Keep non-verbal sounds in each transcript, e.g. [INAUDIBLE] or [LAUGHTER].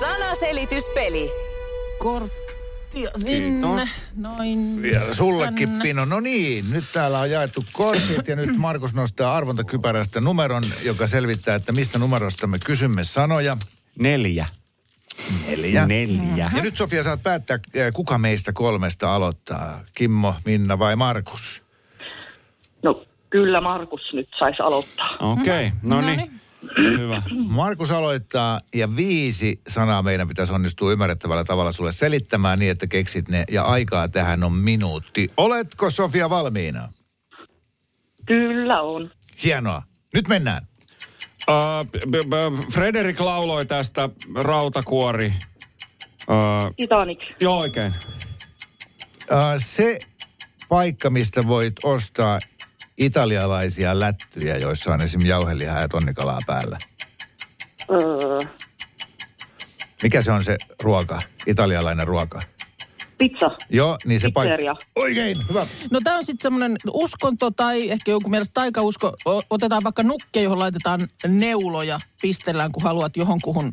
Sanaselityspeli. Korttia sinne. Kiitos. Noin. Vielä sullekin, Pino. No niin, nyt täällä on jaettu kortit ja nyt Markus nostaa arvontakypärästä numeron, joka selvittää, että mistä numerosta me kysymme sanoja. Neljä. Neljä. Neljä. Ja nyt Sofia saat päättää, eh, kuka meistä kolmesta aloittaa. Kimmo, Minna vai Markus? No kyllä Markus nyt saisi aloittaa. Okei, okay. no niin. Hyvä. Markus aloittaa ja viisi sanaa meidän pitäisi onnistua ymmärrettävällä tavalla sulle selittämään niin, että keksit ne. Ja aikaa tähän on minuutti. Oletko Sofia valmiina? Kyllä on. Hienoa. Nyt mennään. Uh, b- b- Frederik lauloi tästä rautakuori. Uh, Titanic. joo, oikein. Äh, se paikka, mistä voit ostaa italialaisia lättyjä, joissa on esimerkiksi jauhelihaa ja tonnikalaa päällä. Öö, Mikä se on se ruoka, italialainen ruoka? pizza. Joo, niin se Pizzeria. paikka... Oikein, hyvä. No tämä on sitten semmoinen uskonto tai ehkä jonkun mielestä taikausko. O- otetaan vaikka nukke, johon laitetaan neuloja. Pistellään, kun haluat johonkuhun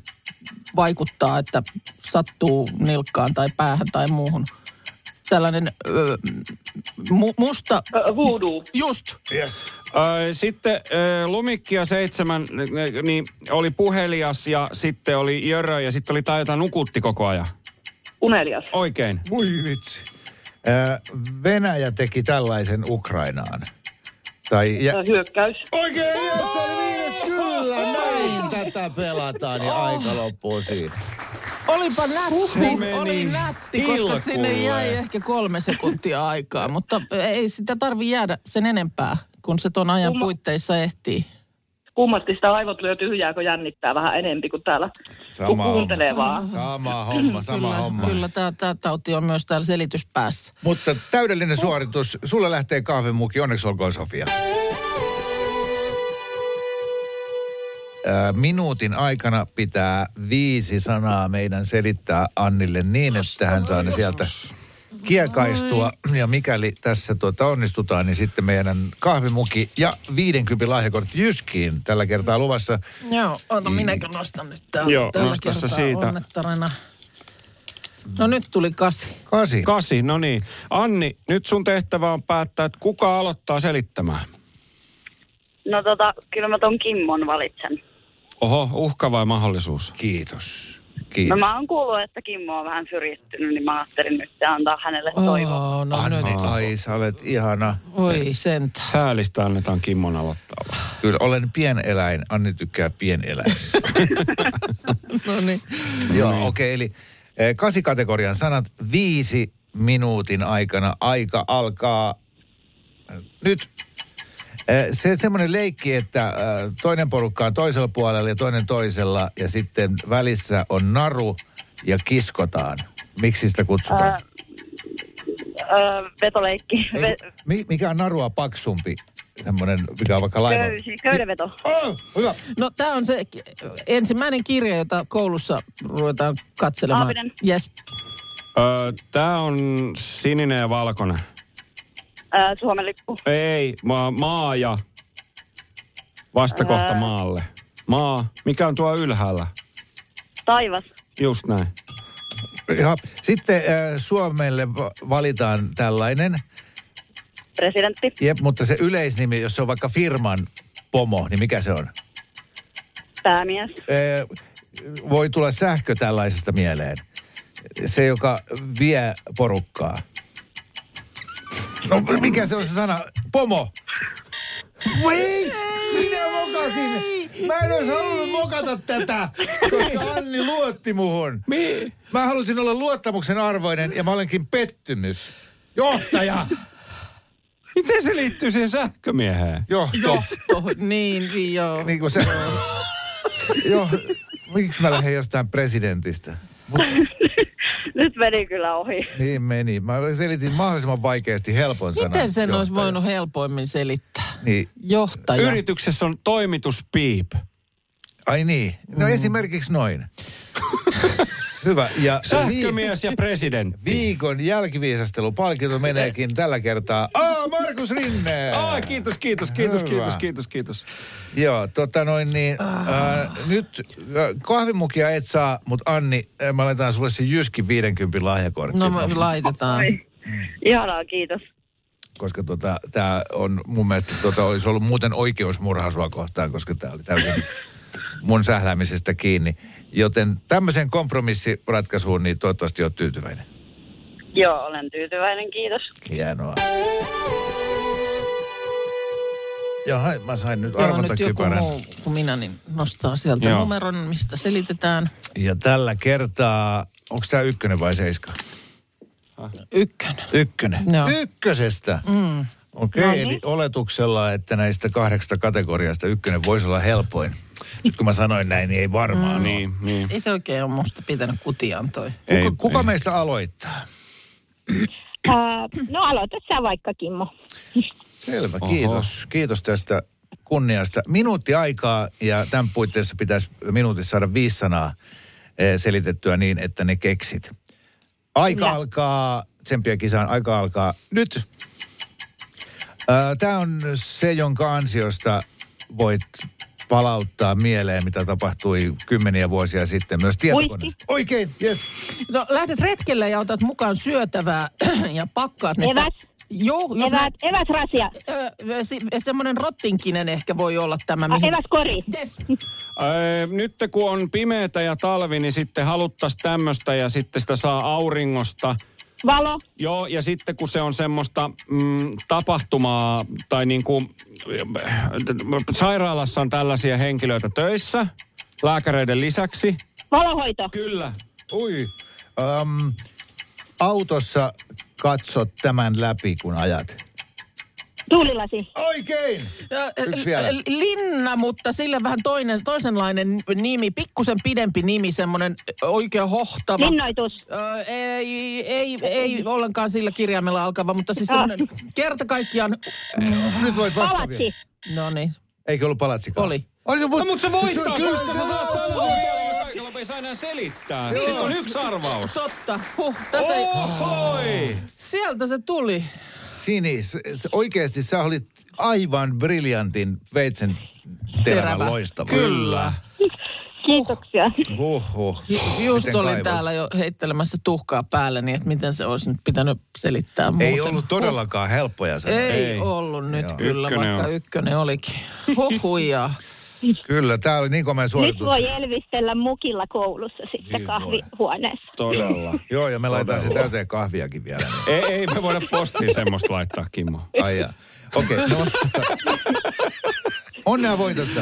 vaikuttaa, että sattuu nilkkaan tai päähän tai muuhun. Tällainen ö, mu- musta, Öö, voodoo. just. Ö, Sitten ö, Lumikkia seitsemän, ö, niin oli puhelias ja sitten oli Jörö ja sitten oli tämä, jota nukutti koko ajan. Unelias. Oikein. Voi vitsi. Äh, Venäjä teki tällaisen Ukrainaan. Tai... Ja... Öö, hyökkäys. Oikein, jos se oli viides, kyllä, näin tätä pelataan ja aika loppuu siitä. Olipa nätti, meni oli nätti, koska sinne pilkulle. jäi ehkä kolme sekuntia aikaa, mutta ei sitä tarvi jäädä sen enempää, kun se ton ajan puitteissa ehtii. Kummasti sitä aivot lyö tyhjää, kun jännittää vähän enempi kuin täällä. Kun Sama homma. kuuntelee vaan. Sama homma, sama Ah. kyllä, homma. Kyllä tämä tauti on myös täällä selityspäässä. Mutta täydellinen suoritus. Sulle lähtee kahvimuki. Onneksi olkoon, Sofia. Ää, Minuutin aikana pitää viisi sanaa meidän selittää Annille niin, että hän saa ne sieltä kiekaistua. Ja mikäli tässä tuota onnistutaan, niin sitten meidän kahvimuki ja 50 lahjakortti Jyskiin tällä kertaa luvassa. Joo, oota, minäkin nostan nyt täällä. Mm. Joo, tällä nosta se kertaa siitä. onnettarena. No nyt tuli kasi. Kasi. Kasi, no niin. Anni, nyt sun tehtävä on päättää, että kuka aloittaa selittämään. No tota, kyllä mä ton Kimmon valitsen. Oho, uhka vai mahdollisuus? Kiitos. No Kiitos. mä oon kuullut, että Kimmo on vähän syrjittynyt, niin mä ajattelin nyt antaa hänelle toivoa. Oh, no nyt. Anni, ai sä olet ihana. Oi sentään. Säälistä annetaan Kimmon aloittaa. vaan. Kyllä, olen pieneläin. Anni tykkää pieneläin. [LAUGHS] No niin. Joo, okei, okay, eli eh, kasikategorian sanat viisi minuutin aikana. Aika alkaa eh, nyt. Eh, Se semmoinen leikki, että eh, toinen porukka on toisella puolella ja toinen toisella ja sitten välissä on naru ja kiskotaan. Miksi sitä Öö, kutsutaan? öö, vetoleikki. Ei, Ve- mi- mikä on narua paksumpi? Semmoinen, mikä on vaikka laiva. köysi, köydenveto. Oh, hyvä. No tämä on se ki- ensimmäinen kirja, jota koulussa ruvetaan katselemaan. Aapinen. Yes. Öö, Tää on sininen ja valkoinen. Öö, Suomen lippu. Ei, maa, maa ja vastakohta Ää. maalle. Maa, mikä on tuo ylhäällä? Taivas. Just näin. Ja, sitten eh, Suomelle va- valitaan tällainen Presidentti. Jep, mutta se yleisnimi, jos se on vaikka firman pomo, niin mikä se on? Päämies. Ee, voi tulla sähkö tällaisesta mieleen. Se, joka vie porukkaa. No mikä se on se sana? Pomo. Voi! Minä mokasin! Mä en olisi halunnut mokata tätä, koska Anni luotti muhun. Mi- Mä halusin olla luottamuksen arvoinen ja mä olenkin pettymys. Johtaja! Miten se liittyy siihen sähkömieheen? Johto. Johto, niin joo. Niin kuin se... Joo, miksi mä lähden jostain presidentistä? Mut, Nyt meni kyllä ohi. [LAUGHS] niin meni. Mä selitin mahdollisimman vaikeasti helpon sanan. Miten sen olisi johtaja. voinut helpoimmin selittää? Niin. Johtaja. Yrityksessä on toimituspiip. Ai niin. Mm. No esimerkiksi noin. Hyvä. Ja vi- Sähkömies ja presidentti. viikon jälkiviisastelupalkinto meneekin tällä kertaa. Aa, Markus Rinne! Ai, kiitos, kiitos, kiitos, Hyvä. kiitos, kiitos, kiitos. Joo, tota noin niin. Ah. Äh, nyt äh, kahvimukia et saa, mutta Anni, äh, mä laitan sulle se Jyskin 50 lahjakortti. No me laitetaan. Ai. Ihanaa, kiitos. koska tota, tämä on mun mielestä, tota, olisi ollut muuten oikeusmurha sua kohtaan, koska tämä oli täysin mun sähläämisestä kiinni. Joten tämmöisen kompromissiratkaisuun, niin toivottavasti oot tyytyväinen. Joo, olen tyytyväinen, kiitos. Hienoa. Jaha, mä sain nyt Joo, arvata nyt joku kypärän. muu kuin minä, niin nostaa sieltä Joo. Joo. numeron, mistä selitetään. Ja tällä kertaa, onko tämä ykkönen vai seiska? Ykkönen. Ykkönen. Joo. Ykkösestä. Mm. Okei, okay, eli oletuksella, että näistä kahdeksasta kategoriasta ykkönen voisi olla helpoin. Nyt kun mä sanoin näin, niin ei varmaan mm. Niin, niin. Ei se oikein ole musta pitänyt kutiaan toi. Kuka, Ei- kuka meistä aloittaa? Ää, no aloita sä vaikka, Kimmo. Selvä, Oho. kiitos. Kiitos tästä kunniasta. Minuutti aikaa ja tämän puitteissa pitäisi minuutissa saada viisi sanaa eh, selitettyä niin, että ne keksit. Aika Kyllä. alkaa, tsempiä kisaan, aika alkaa nyt. Tämä on se, jonka ansiosta voit palauttaa mieleen, mitä tapahtui kymmeniä vuosia sitten myös tietokone. Muisti. Oikein, yes. No lähdet retkelle ja otat mukaan syötävää [CLEARS THROAT] ja pakkaat ne. Eväs. Joo, No jos Eväät, eväs rasia, Öö, se- semmoinen rottinkinen ehkä voi olla tämä. Niin Ah, Ä, eväs kori. Yes. Öö, nyt kun on pimeätä ja talvi, niin sitten haluttaisiin tämmöistä ja sitten sitä saa auringosta. Valo, Joo, ja sitten kun se on semmoista mm, tapahtumaa, tai niin kuin äh, sairaalassa on tällaisia henkilöitä töissä, lääkäreiden lisäksi. valohoito, Kyllä. Ui. Um, autossa katsot tämän läpi, kun ajat. tuulilasi, Oikein! Ö, Yksi vielä. l- Linna, mutta sille vähän toinen, toisenlainen nimi, pikkusen pidempi nimi, semmoinen oikein hohtava. linnoitus, Öö, ei, ei, ei ollenkaan sillä kirjaimella alkava, mutta siis semmoinen kerta kaikkiaan... Nyt voit vastata vielä. palatsi, No niin, Eikö ollut palatsikaan? Oli. Oliko, No, mutta se voittaa, kyllä koska se sä saat on. sanoa vielä, ja kaikilla ei saa enää selittää. Sitten on yksi arvaus. totta. Huh, tässä Oh. ei, Ohoi! sieltä se tuli. Sini, se, se, oikeasti sä olit aivan briljantin veitsen terävä Terävä. loistava. Kyllä. kiitoksia. Huhhuh. Just Miten olin kaivo- täällä jo heittelemässä tuhkaa päälle, niin että miten se olisi nyt pitänyt selittää muuten. Ei ollut todellakaan helppoja sanoja. Ei, Ei. ei. ollut nyt Joo. Joo. kyllä, Ykkönen ykkönen vaikka on. on. ykkönen olikin. [LAUGHS] Huhujaa. Kyllä, tää oli niin komea Nyt suoritus. voi elvistellä mukilla koulussa sitten Niin voi. kahvihuoneessa. Todella. Joo, ja me laitetaan se Todella. täyteen kahviakin vielä. niin- Ei, ei me voida postiin semmoista laittaa, Kimmo. Ai jaa. Okei, [LAUGHS] okay, no. Onnea voitosta.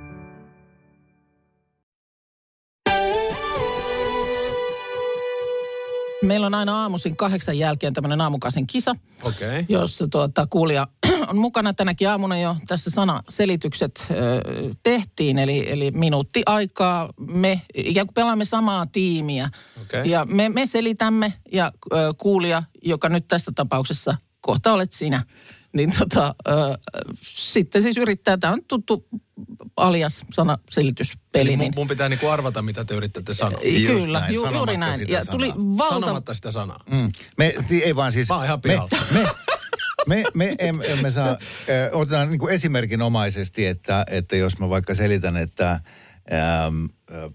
Meillä on aina aamuisin kahdeksan jälkeen tämmöinen aamukaisen kisa, Okei. Okay. jossa tuota, kuulija [CLEARS THROAT] on mukana tänäkin aamuna jo. Tässä sanaselitykset ö, tehtiin, eli, eli minuutti aikaa. Me ikään kuin pelaamme samaa tiimiä. Okei. Ja me, me selitämme, ja ö, kuulija, joka nyt tässä tapauksessa kohta olet sinä, niin tota, ö, ö, sitten siis yrittää, tämä on tuttu alias sana selityspeli. Eli mun, Niin, mun pitää niinku arvata, mitä te yrittätte sanoa. just kyllä, näin, ju, juuri sanomatta näin. sitä Ja sanaa. tuli valta... Sanomatta sitä sanaa. Mm. Me, ti- ei vaan siis... Mä oon ihan me, pihalla. me, me, me em- emme [LAUGHS] saa, ö, otetaan niin kuin esimerkinomaisesti, että, että jos mä vaikka selitän, että äm, ö, ö,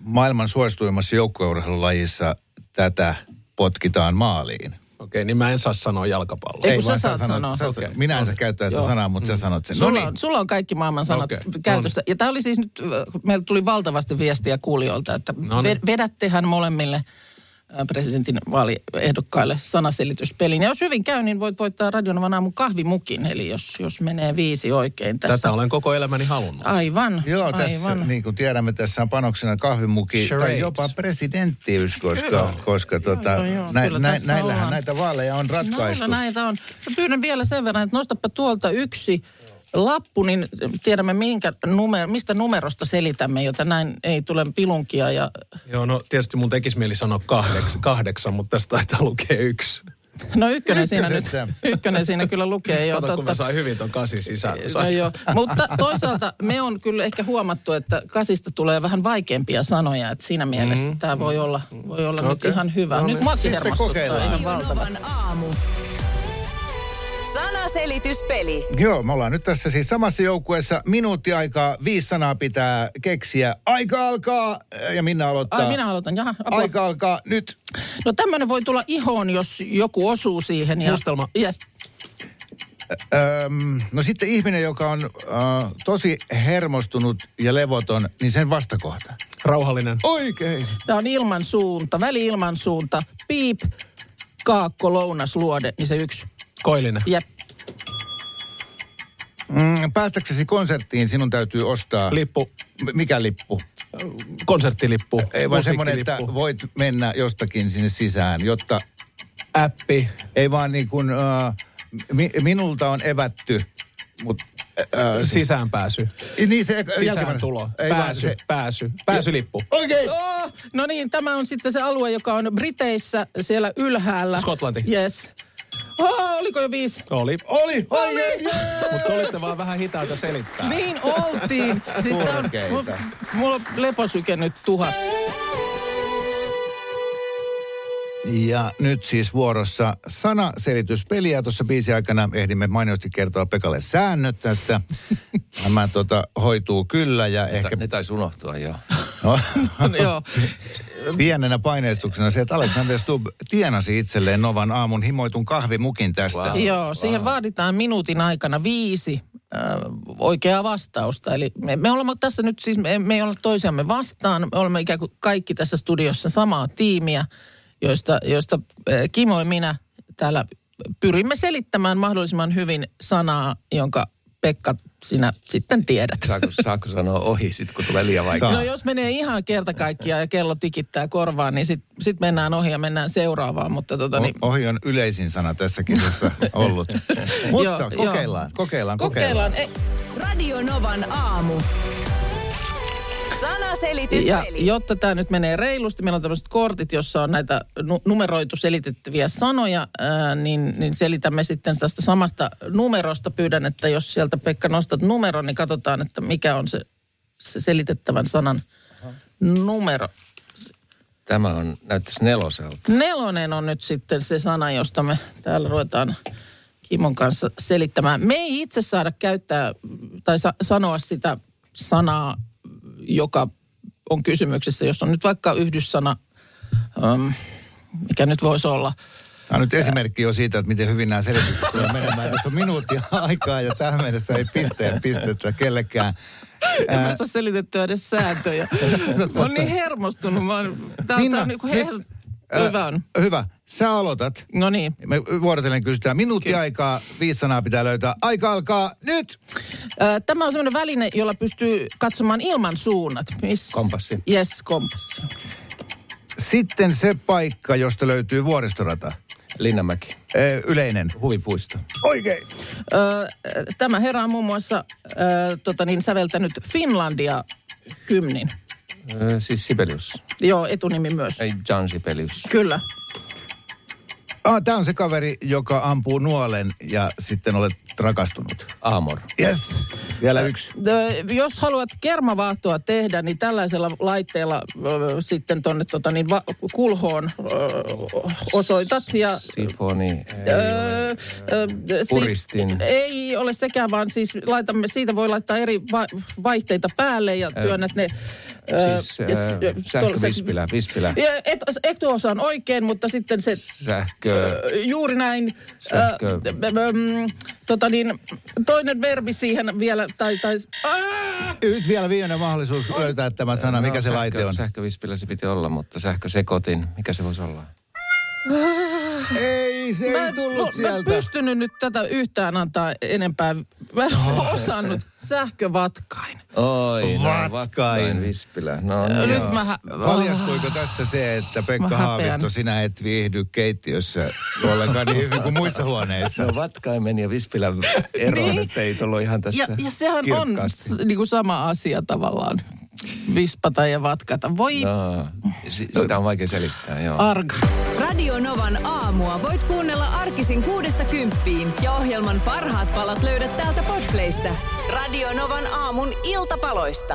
maailman suosituimmassa joukkueurheilulajissa tätä potkitaan maaliin. Okei, niin mä en saa sanoa jalkapalloa. Ei, kun sä vaan saat sanoa. sä- Okei. Mm. Minä en saa käyttää sitä sanaa, mutta sä sanot sen. No Sulla, niin, on, sulla on kaikki maailman sanat Okei, okay. käytössä. Ja tämä oli siis nyt, äh, meillä tuli valtavasti viestiä kuulijoilta, että Noniin. ve- vedättehän molemmille äh, presidentin vaaliehdokkaille sanaselityspelin. Ja jos hyvin käy, niin voit voittaa Radionavan aamun kahvimukin, eli jos, jos menee viisi oikein tässä. Tätä olen koko elämäni halunnut. Aivan, Joo, aivan. tässä, niin kuin tiedämme, tässä on panoksena kahvimuki Charades. tai jopa presidenttiys, koska, koska tota, Joo, joo, nä, kyllä nä, tässä näillähän ollaan. näitä vaaleja on ratkaistu. Näillä No, näitä on. Mä pyydän vielä sen verran, että nostapa tuolta yksi lappu, niin tiedämme minkä numero, mistä numerosta selitämme, jota näin ei tule pilunkia ja Joo, no tietysti mun tekisi mieli sanoa kahdeksan, kahdeksan mutta tästä taitaa lukea yksi. No ykkönen siinä nyt, Ykkösessä. ykkönen siinä kyllä lukee jo. Kato, kun mä Totta. sain hyvin ton kasi sisään. No joo. Mutta toisaalta me on kyllä ehkä huomattu, että kasista tulee vähän vaikeampia sanoja, että siinä mielessä mm, tämä voi olla, voi olla okay. nyt Mm-hmm. Okei. ihan hyvä. No No, niin. nyt muakin Sitten hermostuttaa kokeillaan. ihan valtavasti. aamu. Sanaselityspeli. Joo, me ollaan nyt tässä siis samassa joukkueessa. Minuutti aikaa, viisi sanaa pitää keksiä. Aika alkaa, äh, ja Minna aloittaa. Ai minä aloitan, jaha, apua. Aika alkaa nyt. No tämmöinen voi tulla ihoon, jos joku osuu siihen. Ja, Muistelma. Yes. Öm, no sitten ihminen, joka on äh, tosi hermostunut ja levoton, niin sen vastakohta. Rauhallinen. Oikein. Tämä on ilman suunta, väli ilman suunta, piip, kaakko, lounas, luode, niin se yksi. Koillinen. Jep. Mm, päästäksesi konserttiin sinun täytyy ostaa... Lippu. M- mikä lippu? Konserttilippu. Ei vaan semmoinen, että musiikkilippu, voit mennä jostakin sinne sisään, jotta Appi. ei vaan niin kuin, äh, mi, minulta on evätty, mutta... Äh, Sisäänpääsy. niin se jälkimmäinen- Sisääntulo. Ei vaan Pääsy. se- Pääsy. Pääsylippu. Oikein! Oh, no niin, tämä on sitten se alue, joka on Briteissä siellä ylhäällä. Skotlanti. Yes. Oh, oliko jo viisi? Oli. Oli! No Oli! Mutta olitte vaan vähän hitaita selittää. Niin oltiin. Siis tää on, Korkeita. mulla, mulla on leposyke nyt tuhat. Ja nyt siis vuorossa sana selityspeliä. Tuossa biisin aikana ehdimme mainiosti kertoa Pekalle säännöt [LAUGHS] tästä. Nämä tota, hoituu kyllä ja ehkä Ne taisi unohtua, joo. no, [LAUGHS] Joo. pienenä paineistuksena se, että Alexander Stubb tienasi itselleen Novan aamun himoitun kahvimukin tästä. Wow. Joo, siihen vaaditaan minuutin aikana viisi äh, oikeaa vastausta. Eli me, me olemme tässä nyt siis, me, me ei olla toisiamme vastaan. Me olemme ikään kuin kaikki tässä studiossa samaa tiimiä, joista, joista äh, Kimo ja minä täällä pyrimme selittämään mahdollisimman hyvin sanaa, jonka Pekka sinä sitten tiedät. Saako, saako sanoa ohi sit, kun tulee liian vaikea? Saa. No jos menee ihan kerta kaikkiaan ja kello tikittää korvaan, niin sitten sit mennään ohi ja mennään seuraavaan. Mutta tota, niin, O- ohi on yleisin sana tässä [LAUGHS] kisassa ollut. Mutta Joo, joo. kokeillaan, kokeillaan, kokeillaan. kokeillaan. E, Ei, Radio Novan aamu. Ja Sanaselityspeli. jotta tämä nyt menee reilusti, meillä on tämmöiset kortit, jossa on näitä nu- numeroitu selitettäviä sanoja, ää, niin, niin selitämme sitten tästä samasta numerosta. Pyydän, että jos sieltä Pekka nostat numeron, niin katsotaan, että mikä on se, se selitettävän sanan numero. Tämä on, näyttäisi neloselta. Nelonen on nyt sitten se sana, josta me täällä ruvetaan Kimon kanssa selittämään. Me ei itse saada käyttää tai sa- sanoa sitä sanaa, joka on kysymyksessä, jos on nyt vaikka yhdyssana, äm, mikä nyt voisi olla. Tämä on nyt esimerkki jo siitä, että miten hyvin nämä selitykset tulee menemään. Tässä on minuuttia aikaa ja tähän mennessä ei pisteen pistettä kellekään. En mä saa selitettyä edes sääntöjä. mä oon niin hermostunut. Mä oon, tää, on- tää on niinku her... nyt, äh, Hyvä on. Hyvä. Sä aloitat. No niin. Me vuorotellen kysytään minuutti aikaa, viisi sanaa pitää löytää. Aika alkaa nyt! Ö, Tämä on semmoinen väline, jolla pystyy katsomaan ilman suunnat. Miss... Kompassi. Yes, kompassi. Sitten se paikka, josta löytyy vuoristorata. Linnanmäki. Ö, Yleinen. Huvipuisto. Oikein. Ö, tämä herra on muun muassa ö, tota niin, säveltänyt Finlandia-hymnin. Ö, siis Sibelius. Joo, etunimi myös. Ei John Sibelius. Kyllä. Ö, Ah, tämä on se kaveri, joka ampuu nuolen ja sitten olet rakastunut. Aamor. Yes. Vielä yksi. Ö, Jos haluat kermavaahtoa tehdä, niin tällaisella laitteella ö, sitten tuonne tota, niin, va- kulhoon ö, osoitat. Ja, Sifoni. ö, Ei. ö, Öö, ö, si- Puristin. ei ole sekään, vaan siis laitamme, siitä voi laittaa eri va- vaihteita päälle ja työnnät ne. ö, Siis ja s- äh, ja tuolla se- sähkövispilä, vispilä, Ö, Et, etuosa on oikein, mutta sitten se sähkö, Ö, Juuri näin. Sähkö. Ö, b- b- mm, tota niin, toinen verbi siihen vielä, tai, tai Ää! Nyt vielä viimeinen mahdollisuus löytää tämä sana, mikä No, se sähkö- laite on. Sähkövispilä se piti olla, mutta sähkösekotin, mikä se voisi olla? Ei, se mä, ei en- mu- tullut mä en sieltä. pystynyt nyt tätä yhtään antaa enempää. Mä en osannut sähkövatkain. Oi, no, Vatkain. vatkain vispilä. No, Ö, niin. Nyt mä, hä- Paljastuiko tässä se, että Pekka Mä häpeän. Haavisto, sinä et viihdy keittiössä ollenkaan niin hyvin kuin muissa huoneissa? No vatkaimen ja vispilän Niin. ero niin. nyt ei tullut ihan tässä ja, ja sehän on kirkkaasti. s- niinku sama asia tavallaan. Vispata ja vatkata. Voi no. No, si- sitä on vaikea selittää, joo. arga. Radio Novan aamua voit kuunnella arkisin kuudesta kymppiin ja ohjelman parhaat palat löydät täältä Podplaysta. Radio Novan aamun iltapaloista.